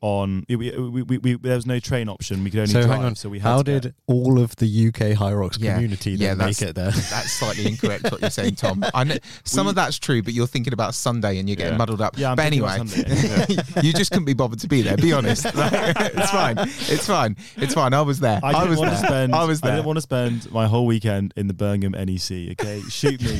B: on. It, we, we, we, we, there was no train option. We could only
A: So
B: drive.
A: hang on,
B: So we had
A: How
B: to get-
A: did all of the UK High Rocks
E: Yeah.
A: community
E: Yeah,
A: then make
E: that's-
A: it (laughs) there?
E: that's slightly incorrect what you're
A: (laughs)
E: saying tom i
B: (laughs)
E: (laughs) know some
C: We-
E: of that's true but you're thinking about sunday and you're getting
C: Yeah.
E: muddled up
B: Yeah, I'm
E: but
B: thinking
E: anyway
B: about Sunday.
E: (laughs) you just couldn't be bothered to be there.
B: (laughs)
E: Be honest. (laughs) it's fine. It's fine. It's fine. I was there.
B: I,
E: I,
B: didn't
E: was
B: want
E: there.
B: to spend.
E: I was
B: I
E: there.
B: didn't want to spend my whole weekend in the Birmingham NEC. Okay, shoot me,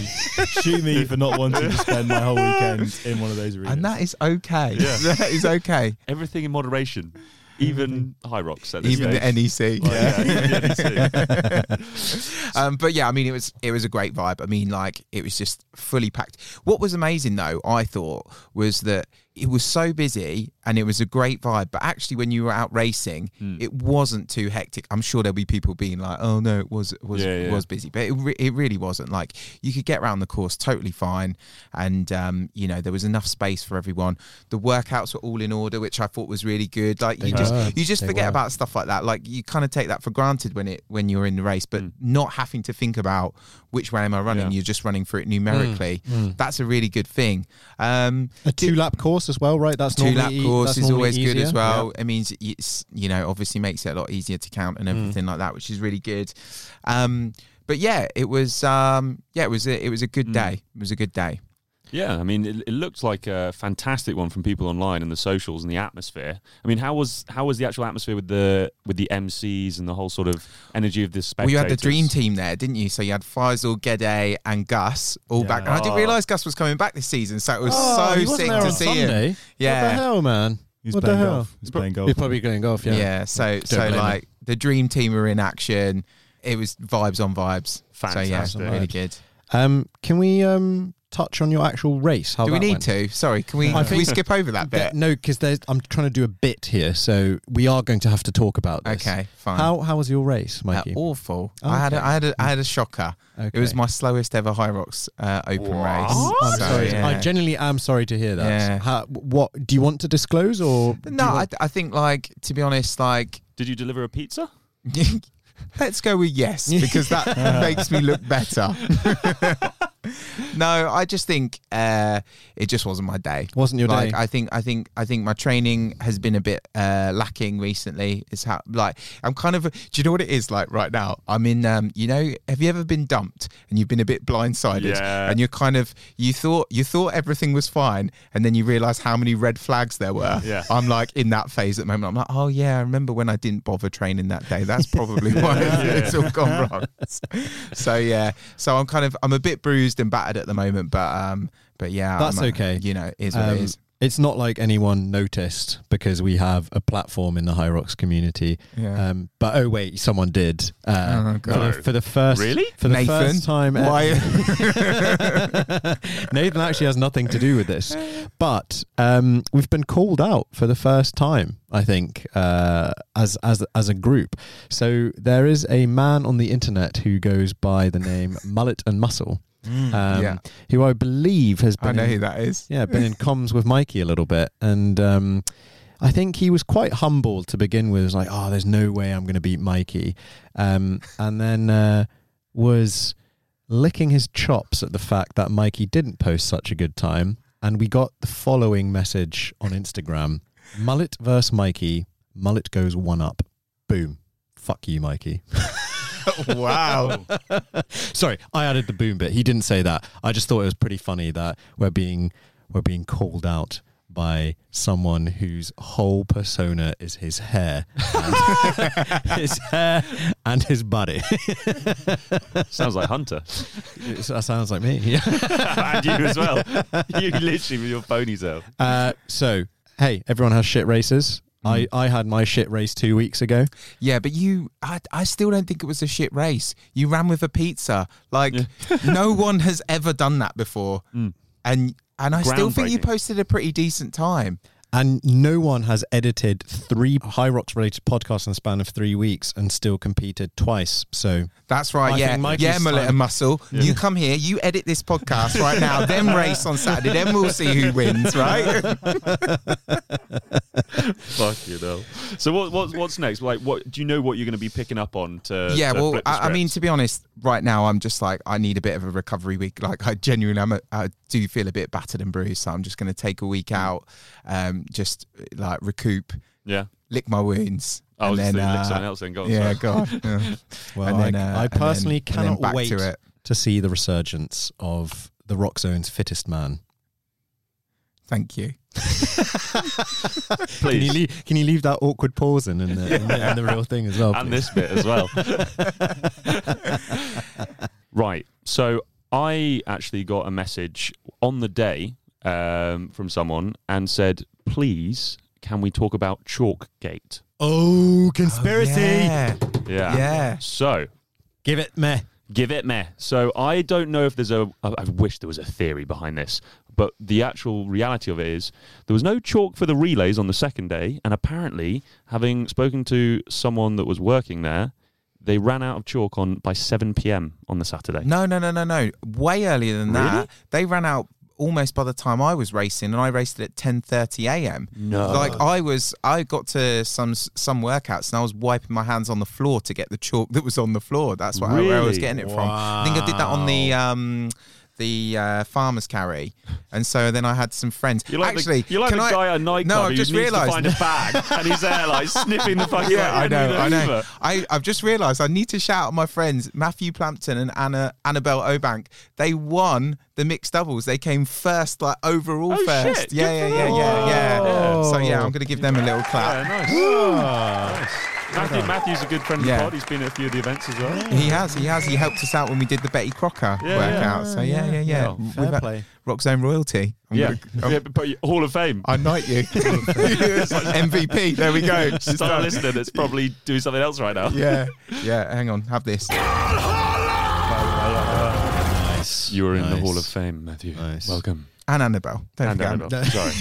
B: shoot me for not wanting to spend my whole weekend in one of those arenas.
E: and that is okay. (laughs) That is okay.
C: everything in moderation, even high rocks. At this
E: Mm-hmm. Even the E
C: stage.
E: NEC.
C: Oh, Yeah, (laughs) even the NEC.
E: (laughs) um, but yeah, I mean, it was it was a great vibe. I mean, like it was just fully packed. What was amazing though, I thought, was that it was so busy and it was a great vibe. But actually, when you were out racing,
C: Hmm.
E: it wasn't too hectic. I'm sure there'll be people being like, "Oh no, it was it was
C: Yeah,
E: it
C: yeah.
E: was busy," but it, re- it really wasn't. Like you could get around the course totally fine, and um, you know there was enough space for everyone. The workouts were all in order, which I thought was really good. Like you
A: They
E: just
A: were.
E: you just
A: They
E: forget
A: were.
E: about stuff like that. Like you kind of take that for granted when it when you're in the race, but not having to think about which way am I running.
C: Yeah.
E: You're just running
A: Hmm.
E: for it numerically.
A: mm.
E: That's a really good thing. Um,
A: A two lap course as well, right? That's
E: two lap
A: normally- e-,
E: course
A: that's
E: is
A: normally
E: always good as
A: easier.
E: well. It means it's you know obviously makes it a lot easier to count
A: Hmm.
E: and everything like that, which is really good. Um, but yeah, it was um, yeah it was a, it was a
A: Hmm.
E: good day. It was a good day.
C: Yeah, I mean, it, it looked like a fantastic one from people online and the socials and the atmosphere. I mean, how was how was the actual atmosphere with the with the MCs and the whole sort of energy of this
E: Well,
C: spectators?
E: you had the dream team there, didn't you? So you had Faisal, Gede, and Gus all back. And I didn't
C: Oh.
E: realise Gus was coming back this season, so it was
A: Oh, he
E: so
A: wasn't
E: sick
A: there
E: to
A: on
E: see him.
A: Sunday. What the
E: Yeah,
A: hell, man?
B: He's
A: What the
B: playing
A: hell?
B: golf. He's playing golf.
A: He's probably going golf, yeah.
E: yeah. So so
A: blame him.
E: like the dream team were in action. It was vibes on vibes. So
C: Fantastic.
E: yeah, really good.
A: Um, can we um, touch on your actual race? How
E: Do we
A: that
E: need
A: went?
E: to? Sorry, can we
A: I
E: can we
A: think-
E: skip over that bit?
A: Th- no, because I'm trying to do a bit here, so we are going to have to talk about this.
E: Okay, fine.
A: How how was your race,
E: Uh,
A: Mikey?
E: awful.
A: Oh,
E: I had a,
A: okay.
E: I had a, I had a shocker. It was
A: Okay.
E: my slowest ever High Rocks uh, open race.
A: I'm, I'm
E: So,
A: sorry.
E: yeah.
A: I genuinely am sorry to hear that.
E: Yeah.
A: How, what do you want to disclose or do
E: no,
A: you
E: I,
A: want-
E: I think like to be honest, like
C: Did you deliver a pizza?
E: (laughs) Let's go with yes because that makes me look better. (laughs) no, I just think uh, it just wasn't my day.
A: wasn't your
E: like
A: day?
E: I think I think I think my training has been a bit uh, lacking recently. It's how like I'm kind of do you know what it is like right now? I'm in um you know have you ever been dumped and you've been a bit blindsided
C: Yeah.
E: and you're kind of you thought you thought everything was fine and then you realize how many red flags there were.
C: Yeah.
E: I'm like in that phase at the moment. I'm like oh yeah I remember when I didn't bother training that day.
A: (laughs)
E: That's probably why it's all gone wrong. (laughs) so yeah so I'm kind of I'm a bit bruised and battered at the moment but um but yeah
A: That's
E: I'm, uh,
A: okay.
E: You know it is what
A: Um,
E: it is.
A: it's not like anyone noticed because we have a platform in the High Rocks community.
E: Yeah.
A: Um, but oh wait, someone did. Uh,
E: Oh,
A: for,
E: God.
A: the, for the first
C: Really?
A: for the
E: Nathan?
A: first time. ever- (laughs)
E: (laughs)
A: Nathan actually has nothing to do with (laughs) this, but um, we've been called out for the first time, I think, uh, as as as a group. So there is a man on the internet who goes by the name Mullet and Muscle, um,
E: Mm, Hmm. yeah.
A: who I believe has been
E: I know
A: in-
E: who that is.
A: yeah, been in comms with Mikey a little bit, and um, I think he was quite humble to begin with. He was like, "Oh, there's no way I'm going to beat Mikey," um, and then uh, was licking his chops at the fact that Mikey didn't post such a good time. And we got the following message on Instagram: Mullet versus Mikey. Mullet goes one up. Boom. Fuck you, Mikey.
E: wow.
A: (laughs) Sorry, I added the boom bit. He didn't say that. I just thought it was pretty funny that we're being we're being called out by someone whose whole persona is his hair, and (laughs) his hair and his body. (laughs)
C: Sounds like Hunter. (laughs)
A: that sounds like me. (laughs) Yeah.
C: and you as
E: (laughs)
C: well. (laughs) You literally with your ponytail.
A: Uh, so hey, everyone has shit races. I, I had my shit race two weeks ago.
E: Yeah, but you, I, I still don't think it was a shit race. You ran with a pizza. Like, (laughs) no one has ever done that before.
A: Mm.
E: And and I still think you
C: Groundbreaking.
E: posted a pretty decent time.
A: And no one has edited three High Rocks related podcasts in the span of three weeks and still competed twice. So
E: That's right.
A: I
E: yeah.
A: think Mikey's
E: Yeah, Mullet
A: time-
E: and Muscle. You come here, you edit this podcast right now, then race on Saturday, then we'll see who
A: (laughs)
E: wins, right?
C: Fuck you know. So what, what what's next? Like what do you know what you're gonna be picking up on to
E: yeah,
C: to
E: well,
C: flip the
E: I, I mean,
C: script?
E: to be honest, right now I'm just like I need a bit of a recovery week. Like I genuinely, I'm a, I do feel a bit battered and bruised, so I'm just going to take a week
C: Mm.
E: out, um, just like recoup,
C: Yeah.
E: lick my wounds,
C: I was
E: and
C: Oh, just
E: then
C: gonna lick
E: uh,
C: someone else then go on.
E: yeah,
C: Yeah.
E: God.
C: (laughs)
E: yeah.
A: Well,
E: And then,
A: I,
E: uh,
A: I
E: and then-
A: personally
E: and then
A: cannot
E: back to
A: wait to,
E: it.
A: see the resurgence of the Rock Zone's fittest man. (laughs)
E: Thank you.
A: Can you,
C: Please.
A: leave, can you leave that awkward pause in
C: (laughs)
A: and the, and the, and the real thing as well?
C: and
A: please?
C: this bit as
E: (laughs)
C: well. right. So I actually got a message on the day um, from someone and said, please, can we talk about Chalkgate?
A: Oh, conspiracy!
E: Yeah,
C: Yeah.
E: yeah.
C: So
A: Give it me.
C: give it me. So I don't know if there's a. I I wish there was a theory behind this. But the actual reality of it is there was no chalk for the relays on the second day, and apparently, having spoken to someone that was working there, they ran out of chalk on by 7 p.m. on the Saturday.
E: No, no, no, no, no. Way earlier than that. They ran out almost by the time I was racing, and I raced it at ten thirty a.m.
C: No.
E: Like I was, I got to some some workouts, and I was wiping my hands on the floor to get the chalk that was on the floor. That's what where I was
C: Really?
E: getting it from. I think I did that on the. Um, the uh, farmers carry, and so then I had some friends.
C: You're like
E: Actually,
C: the, you're like the
E: can I-
C: guy at nightclub
E: no, I've
C: who
E: just
C: needs
E: realised-
C: to find a
E: (laughs)
C: bag and he's there like sniffing the (laughs) fucking.
E: Yeah, (laughs) I
C: like,
E: know,
C: need a
E: I know.
C: Hoover.
E: I, I've just realised I need to shout out my friends Matthew Plampton and Anna Annabelle Obank. They won the mixed doubles. They came first, like overall
C: Oh,
E: first.
C: shit.
E: Yeah, yeah,
C: Good for
E: yeah,
C: them.
E: yeah, yeah,
C: Whoa.
E: So yeah, I'm gonna give them a little clap.
C: Yeah, nice.
B: Ah!
C: Matthew, Matthew's a good friend of
E: Yeah.
C: the pod. He's been at a few of the events as well.
E: He has, he has. He helped us out when we did the Betty Crocker
C: Yeah,
E: workout. So yeah, yeah, yeah.
C: Yeah,
E: We've
B: fair
E: had
B: play.
E: Roxanne royalty. I'm
C: Yeah,
E: gonna- I'm-
C: yeah but you- Hall of Fame.
E: I
C: (laughs)
E: knight you. MVP. There we go. She's
C: Start
E: done.
C: listener that's probably doing something else right now.
E: Yeah, yeah. Hang on. Have this.
A: Nice.
C: You are in the
A: Nice.
C: Hall of Fame, Matthew.
A: Nice.
C: Welcome.
E: And Annabelle. Don't
C: And
E: forget.
C: Annabelle. Sorry.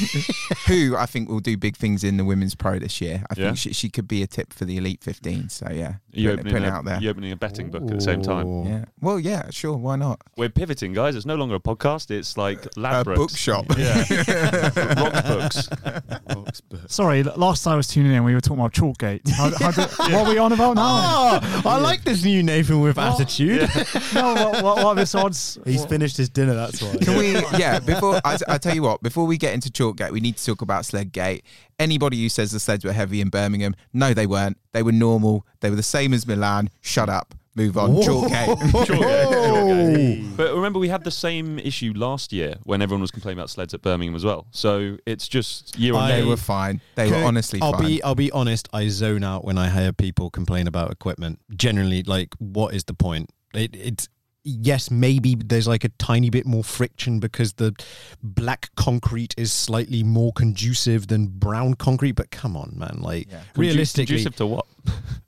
E: who I think will do big things in the women's pro this year. I
C: Yeah.
E: think she, she could be a tip for the elite 15. So yeah,
C: You're
E: put, it- put
C: opening,
E: it
C: a,
E: out there.
C: you opening a betting book at the same time.
A: Ooh.
E: Yeah. Well, yeah, sure. Why not?
C: We're pivoting, guys. It's no longer a podcast. It's like
E: A
C: Ladbrokes.
E: bookshop. (laughs)
C: Yeah. (laughs) Rock books.
D: Sorry, l- last time I was tuning in, we were talking about Chalkgate. How,
A: (laughs)
D: how do, What are we on about now?
A: Oh, I like this new Nathan
C: Oh.
A: with attitude.
D: no, what, what, what are this odds?
B: He's
D: What-
B: finished his dinner, that's
C: (laughs)
B: why.
E: Can we? Yeah. Before I, I tell you what, before we get into Chalkgate, we need to talk about Sledgate. Anybody who says the sleds were heavy in Birmingham, no, they weren't. They were normal. They were the same as Milan. Shut up. Move on.
C: (laughs)
E: Chalkgate.
C: Sure, yeah, sure, yeah.
A: Oh.
C: But remember, we had the same issue last year when everyone was complaining about sleds at Birmingham as well. So it's just year on
A: I-
E: They
C: year.
E: were fine. They were
A: Can-
E: honestly
A: I'll
E: fine.
A: be I'll be honest. I zone out when I hear people complain about equipment. Generally, like, what is the point? It, it's yes, maybe there's like a tiny bit more friction because the black concrete is slightly more conducive than brown concrete. But come on, man! Like,
E: Yeah.
C: Condu-
A: realistically,
C: conducive to what?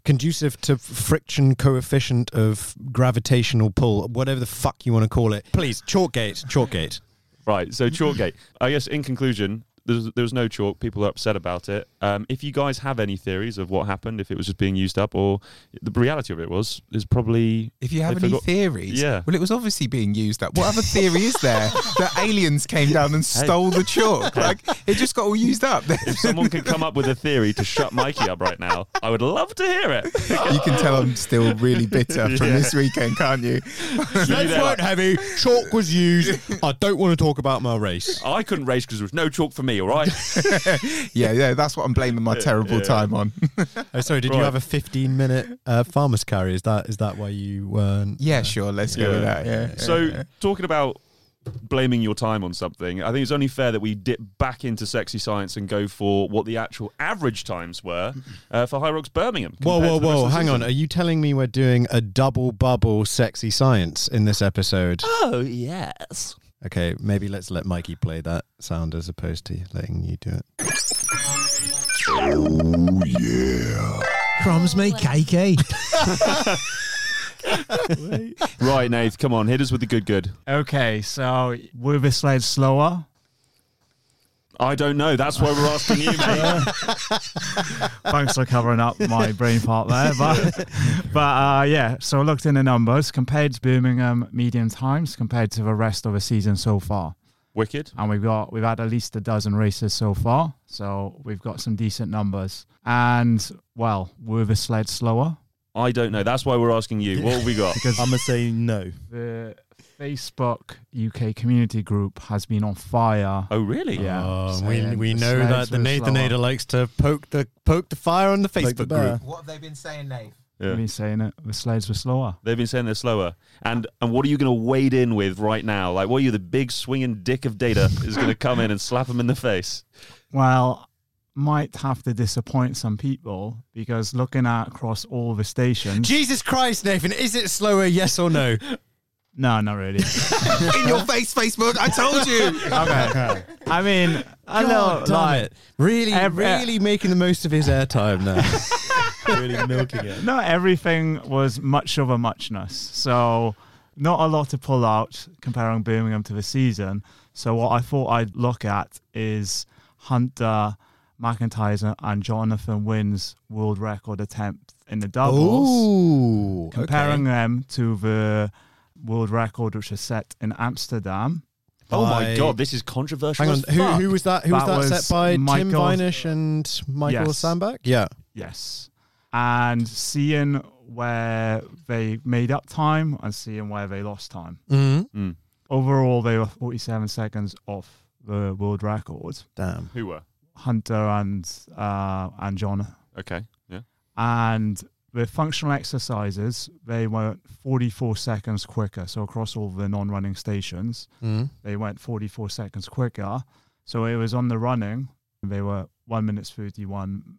A: conducive to friction coefficient of gravitational pull, whatever the fuck you want to call it. Please, chalk gate, chalk gate.
C: Right. So Chalkgate. I guess in conclusion, there's, there was no chalk. People are upset about it. Um, if you guys have any theories of what happened, if it was just being used up, or the reality of it was, is probably
E: If you
C: they
E: have any
C: forgot-
E: theories,
C: Yeah.
E: Well, it was obviously being used up. What other theory is
C: (laughs)
E: there that aliens came down and stole the chalk? Like it just got all used up. (laughs)
C: If someone could come up with a theory to shut Mikey up right now, I would love to hear
A: (laughs)
C: it.
E: you can tell I'm still really bitter from
C: Yeah.
E: this weekend, can't you?
A: Sleds
C: there.
A: weren't heavy. Chalk was used. I don't want to talk about my race.
C: I couldn't race because there was no chalk for me.
A: (laughs)
C: All right.
E: Yeah, yeah. That's what I'm blaming my terrible time on.
A: Oh, sorry. Did
C: Right.
A: you have a 15 minute uh, farmer's carry? Is that is that why you weren't?
E: yeah, sure. Let's go with
C: Yeah.
E: that. Yeah.
C: So, talking about blaming your time on something, I think it's only fair that we dip back into sexy science and go for what the actual average times were uh, for High Rocks Birmingham.
A: Whoa,
C: compared
A: whoa,
C: to the rest
A: whoa!
C: of the
A: Hang on.
C: season.
A: Are you telling me we're doing a double bubble sexy science in this episode?
C: Oh, yes.
A: Okay, maybe let's let Mikey play that sound as opposed to letting you do it. Oh yeah! Crumbs me cakey.
C: Right, Nath, come on, hit us with the good, good.
D: Okay, so were the sleds slower?
C: I don't know. That's why we're asking (laughs)
A: (laughs)
C: you, mate.
D: Thanks for covering up my brain part there.
A: (laughs)
D: But, but uh, yeah, so I looked in the numbers compared to Birmingham medium times compared to the rest of the season so far.
C: Wicked.
D: and we've got we've had at least a dozen races so far, so we've got some decent numbers. And well, were the sleds slower?
C: I don't know. That's why we're asking you. What have
A: (laughs)
C: we got?
D: Because
B: I'm going to say no.
D: the Facebook UK community group has been on fire.
C: Oh, really?
D: Yeah.
A: Oh,
D: So,
A: we
D: yeah,
A: we
D: the
A: know
D: sleds
A: that the
D: were slower.
A: Nathanator likes to poke the poke the fire on the
B: Poke the
A: Facebook
B: bear.
A: group.
E: what have they been saying, Nate?
C: Yeah.
D: Me saying it, the sleds were slower.
C: They've been saying they're slower. And and what are you going to wade in with right now? Like, what are you, the big swinging dick of data is going to come in and slap them in the face?
D: Well, might have to disappoint some people because looking at across all the stations,
A: Jesus Christ, Nathan! Is it slower? Yes or no? (laughs)
D: no, not really.
E: In your face, Facebook. I told (laughs) you.
D: Okay, I mean, a
A: God
D: little
A: damn
D: like
A: it. Really,
D: Every- uh,
A: really making the most of his airtime now.
D: (laughs)
B: Really milking it.
D: not everything was much of a muchness. So not a lot to pull out comparing Birmingham to the season. So what I thought I'd look at is Hunter McIntyre and Jonathan Wynn's world record attempt in the doubles,
A: Ooh,
D: comparing them to the world record which was set in Amsterdam.
C: Oh
A: By-
C: my god, this is controversial.
A: Hang on,
C: as
A: who,
C: fuck.
A: who was that? Who
D: That
A: was that
D: was
A: set by Tim
D: Michael-
A: Vinish and Michael
D: Yes.
A: Sandberg? Yeah,
D: Yes. And seeing where they made up time and seeing where they lost time.
A: mm
C: Mm.
D: Overall, they were 47 seconds off the world record.
A: damn.
C: Who were?
D: Hunter and uh, and John.
C: Okay. Yeah.
D: And the functional exercises, they went 44 seconds quicker. So across all the non-running stations,
A: Mm.
D: they went 44 seconds quicker. So it was on the running. They were one minutes 31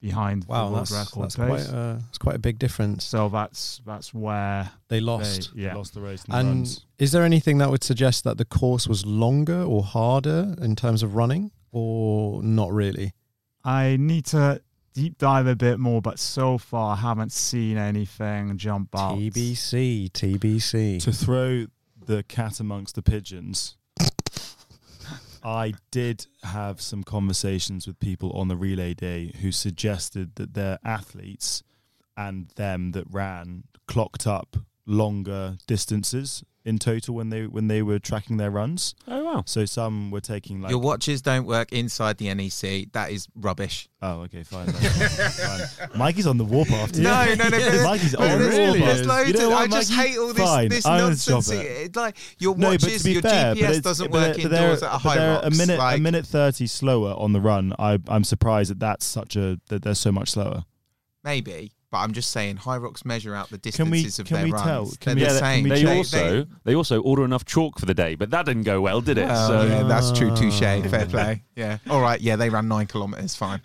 D: behind
A: Wow,
D: the world
A: that's,
D: record
A: that's
D: pace.
A: quite uh, a, that's quite a big difference.
D: So that's that's where
A: They
D: they
A: lost.
D: yeah.
B: Lost the race. And,
A: and is there anything that would suggest that the course was longer or harder in terms of running, or not really?
D: I need to deep dive a bit more, but so far I haven't seen anything jump out.
A: TBC, TBC.
B: to throw the cat amongst the pigeons. I did have some conversations with people on the relay day who suggested that their athletes and them that ran clocked up longer distances in total when they when they were tracking their runs.
C: Oh wow.
B: So some were taking like
E: Your watches don't work inside the NEC. That is rubbish.
B: oh okay fine, fine. Mikey's on the warpath. today.
E: No,
B: (laughs)
E: no, no, but-
B: Mikey's
E: But
B: on
E: there's-
B: the
A: really?
B: warpath.
E: There's loads
B: you know
E: of,
B: what,
E: I just
B: Mikey?
E: hate all this,
B: Fine,
E: this
B: I'm gonna
E: nonsense.
B: stop it.
E: It- like your
B: No, but
E: watches,
B: to be
E: your
B: fair, but
E: GPS
B: it's-
E: doesn't
B: but
E: work
B: they're- but they're-
E: indoors at a
B: but
E: high
B: they're
E: rocks.
B: A minute,
E: like,
B: a minute thirty slower on the run. I, I'm surprised that that's such a that they're so much slower.
E: maybe. But I'm just saying, high rocks measure out the
B: Can we-
E: distances of
B: can
E: their
B: we
E: runs.
B: tell?
E: They're
B: Can
E: the
B: we-
C: they-
B: can
E: same.
B: we
C: They,
B: check?
C: also they, also order enough chalk for the day, but that didn't go well, did it?
E: Well,
C: so
E: Oh, yeah, that's true.
A: Ah.
B: (laughs)
E: Touche. Fair play. Yeah. All right. Yeah, they ran nine kilometers. Fine.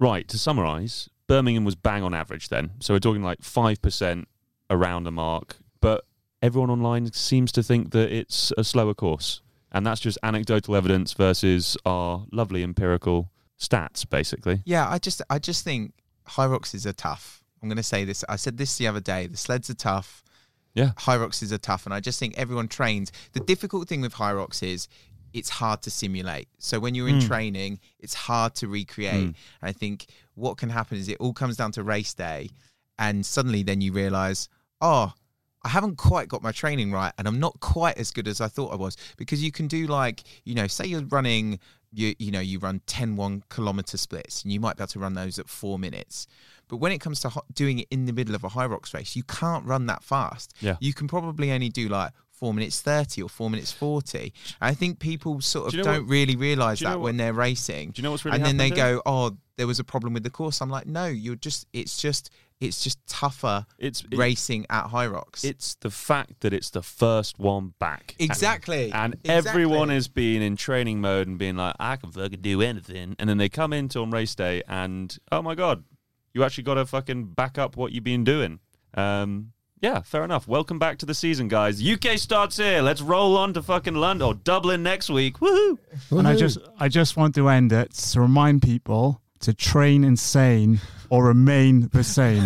C: right to summarise, Birmingham was bang on average then. So we're talking like five percent around the mark, but everyone online seems to think that it's a slower course, and that's just anecdotal evidence versus our lovely empirical stats, basically.
E: Yeah, I just I just think high rocks are tough. I'm going to say this. I said this the other day. The sleds are tough.
C: Yeah.
E: High rocks are tough, and I just think everyone trains. The difficult thing with high rocks is it's hard to simulate. So when you're in training, it's hard to recreate. And I think what can happen is it all comes down to race day, and suddenly then you realise, oh, I haven't quite got my training right and I'm not quite as good as I thought I was because you can do like, you know, say you're running you you know, you run 10 1 kilometer splits and you might be able to run those at 4 minutes. But when it comes to ho- doing it in the middle of a high rocks race, you can't run that fast.
C: Yeah.
E: You can probably only do like 4 minutes 30 or 4 minutes 40. I think people sort of
C: Do
E: do
C: you know
E: not really realize
C: do you
E: that
C: know what-
E: when they're racing.
C: Do you know what's really
E: and then they
C: happened here?
E: go, "Oh, there was a problem with the course." I'm like, "No, you're just it's just it's just tougher
C: It's it-
E: racing at high rocks."
C: It's the fact that it's the first one back.
E: Exactly.
C: And
E: Exactly.
C: everyone is being in training mode and being like, I can fucking do anything. And then they come into on race day and, oh my God, you actually got to fucking back up what you've been doing. Um, yeah, fair enough. Welcome back to the season, guys. UK starts here. Let's roll on to fucking London or Dublin next week. Woohoo!
D: And I just I just want to end it to remind people to train insane or remain (laughs) the same.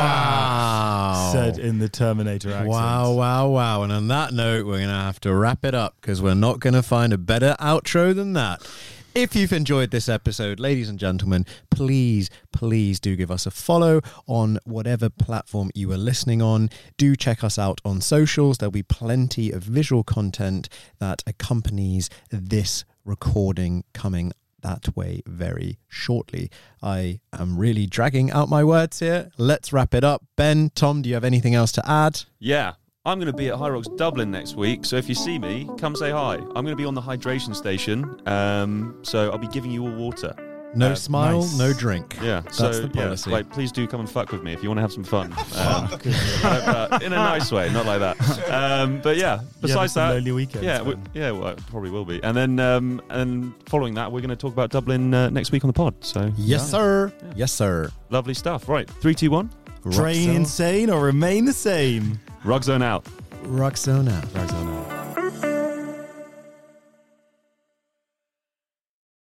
E: Oh.
A: wow.
B: Said in the Terminator accent.
A: Wow, wow, wow. And on that note, we're going to have to wrap it up because we're not going to find a better outro than that. If you've enjoyed this episode, ladies and gentlemen, please, please do give us a follow on whatever platform you are listening on. Do check us out on socials. There'll be plenty of visual content that accompanies this recording coming that way very shortly. I am really dragging out my words here. Let's wrap it up. Ben, Tom, do you have anything else to add?
C: Yeah. I'm going to be at High Rocks Dublin next week, so if you see me, come say hi. I'm going to be on the hydration station, um, so I'll be giving you all water.
A: No
C: Uh,
A: smile,
B: nice.
A: no drink.
C: Yeah,
A: That's
C: so
A: the policy.
C: yeah, like please do come and fuck with me if you want to have some
A: (laughs)
C: fun, um, but, uh, in a nice way, not like that. Um, but yeah,
B: You having
C: besides
B: some
C: that,
B: lonely weekend.
C: yeah, we, yeah, well, I probably will be. And then um, and following that, we're going to talk about Dublin uh, next week on the pod. So
A: Yes, sir.
C: Yeah.
A: Yes, sir.
C: lovely stuff. Right, three, two, one,
B: train
A: Roxo-
B: insane or remain the same.
C: rug zone out.
A: Roxona. Roxona.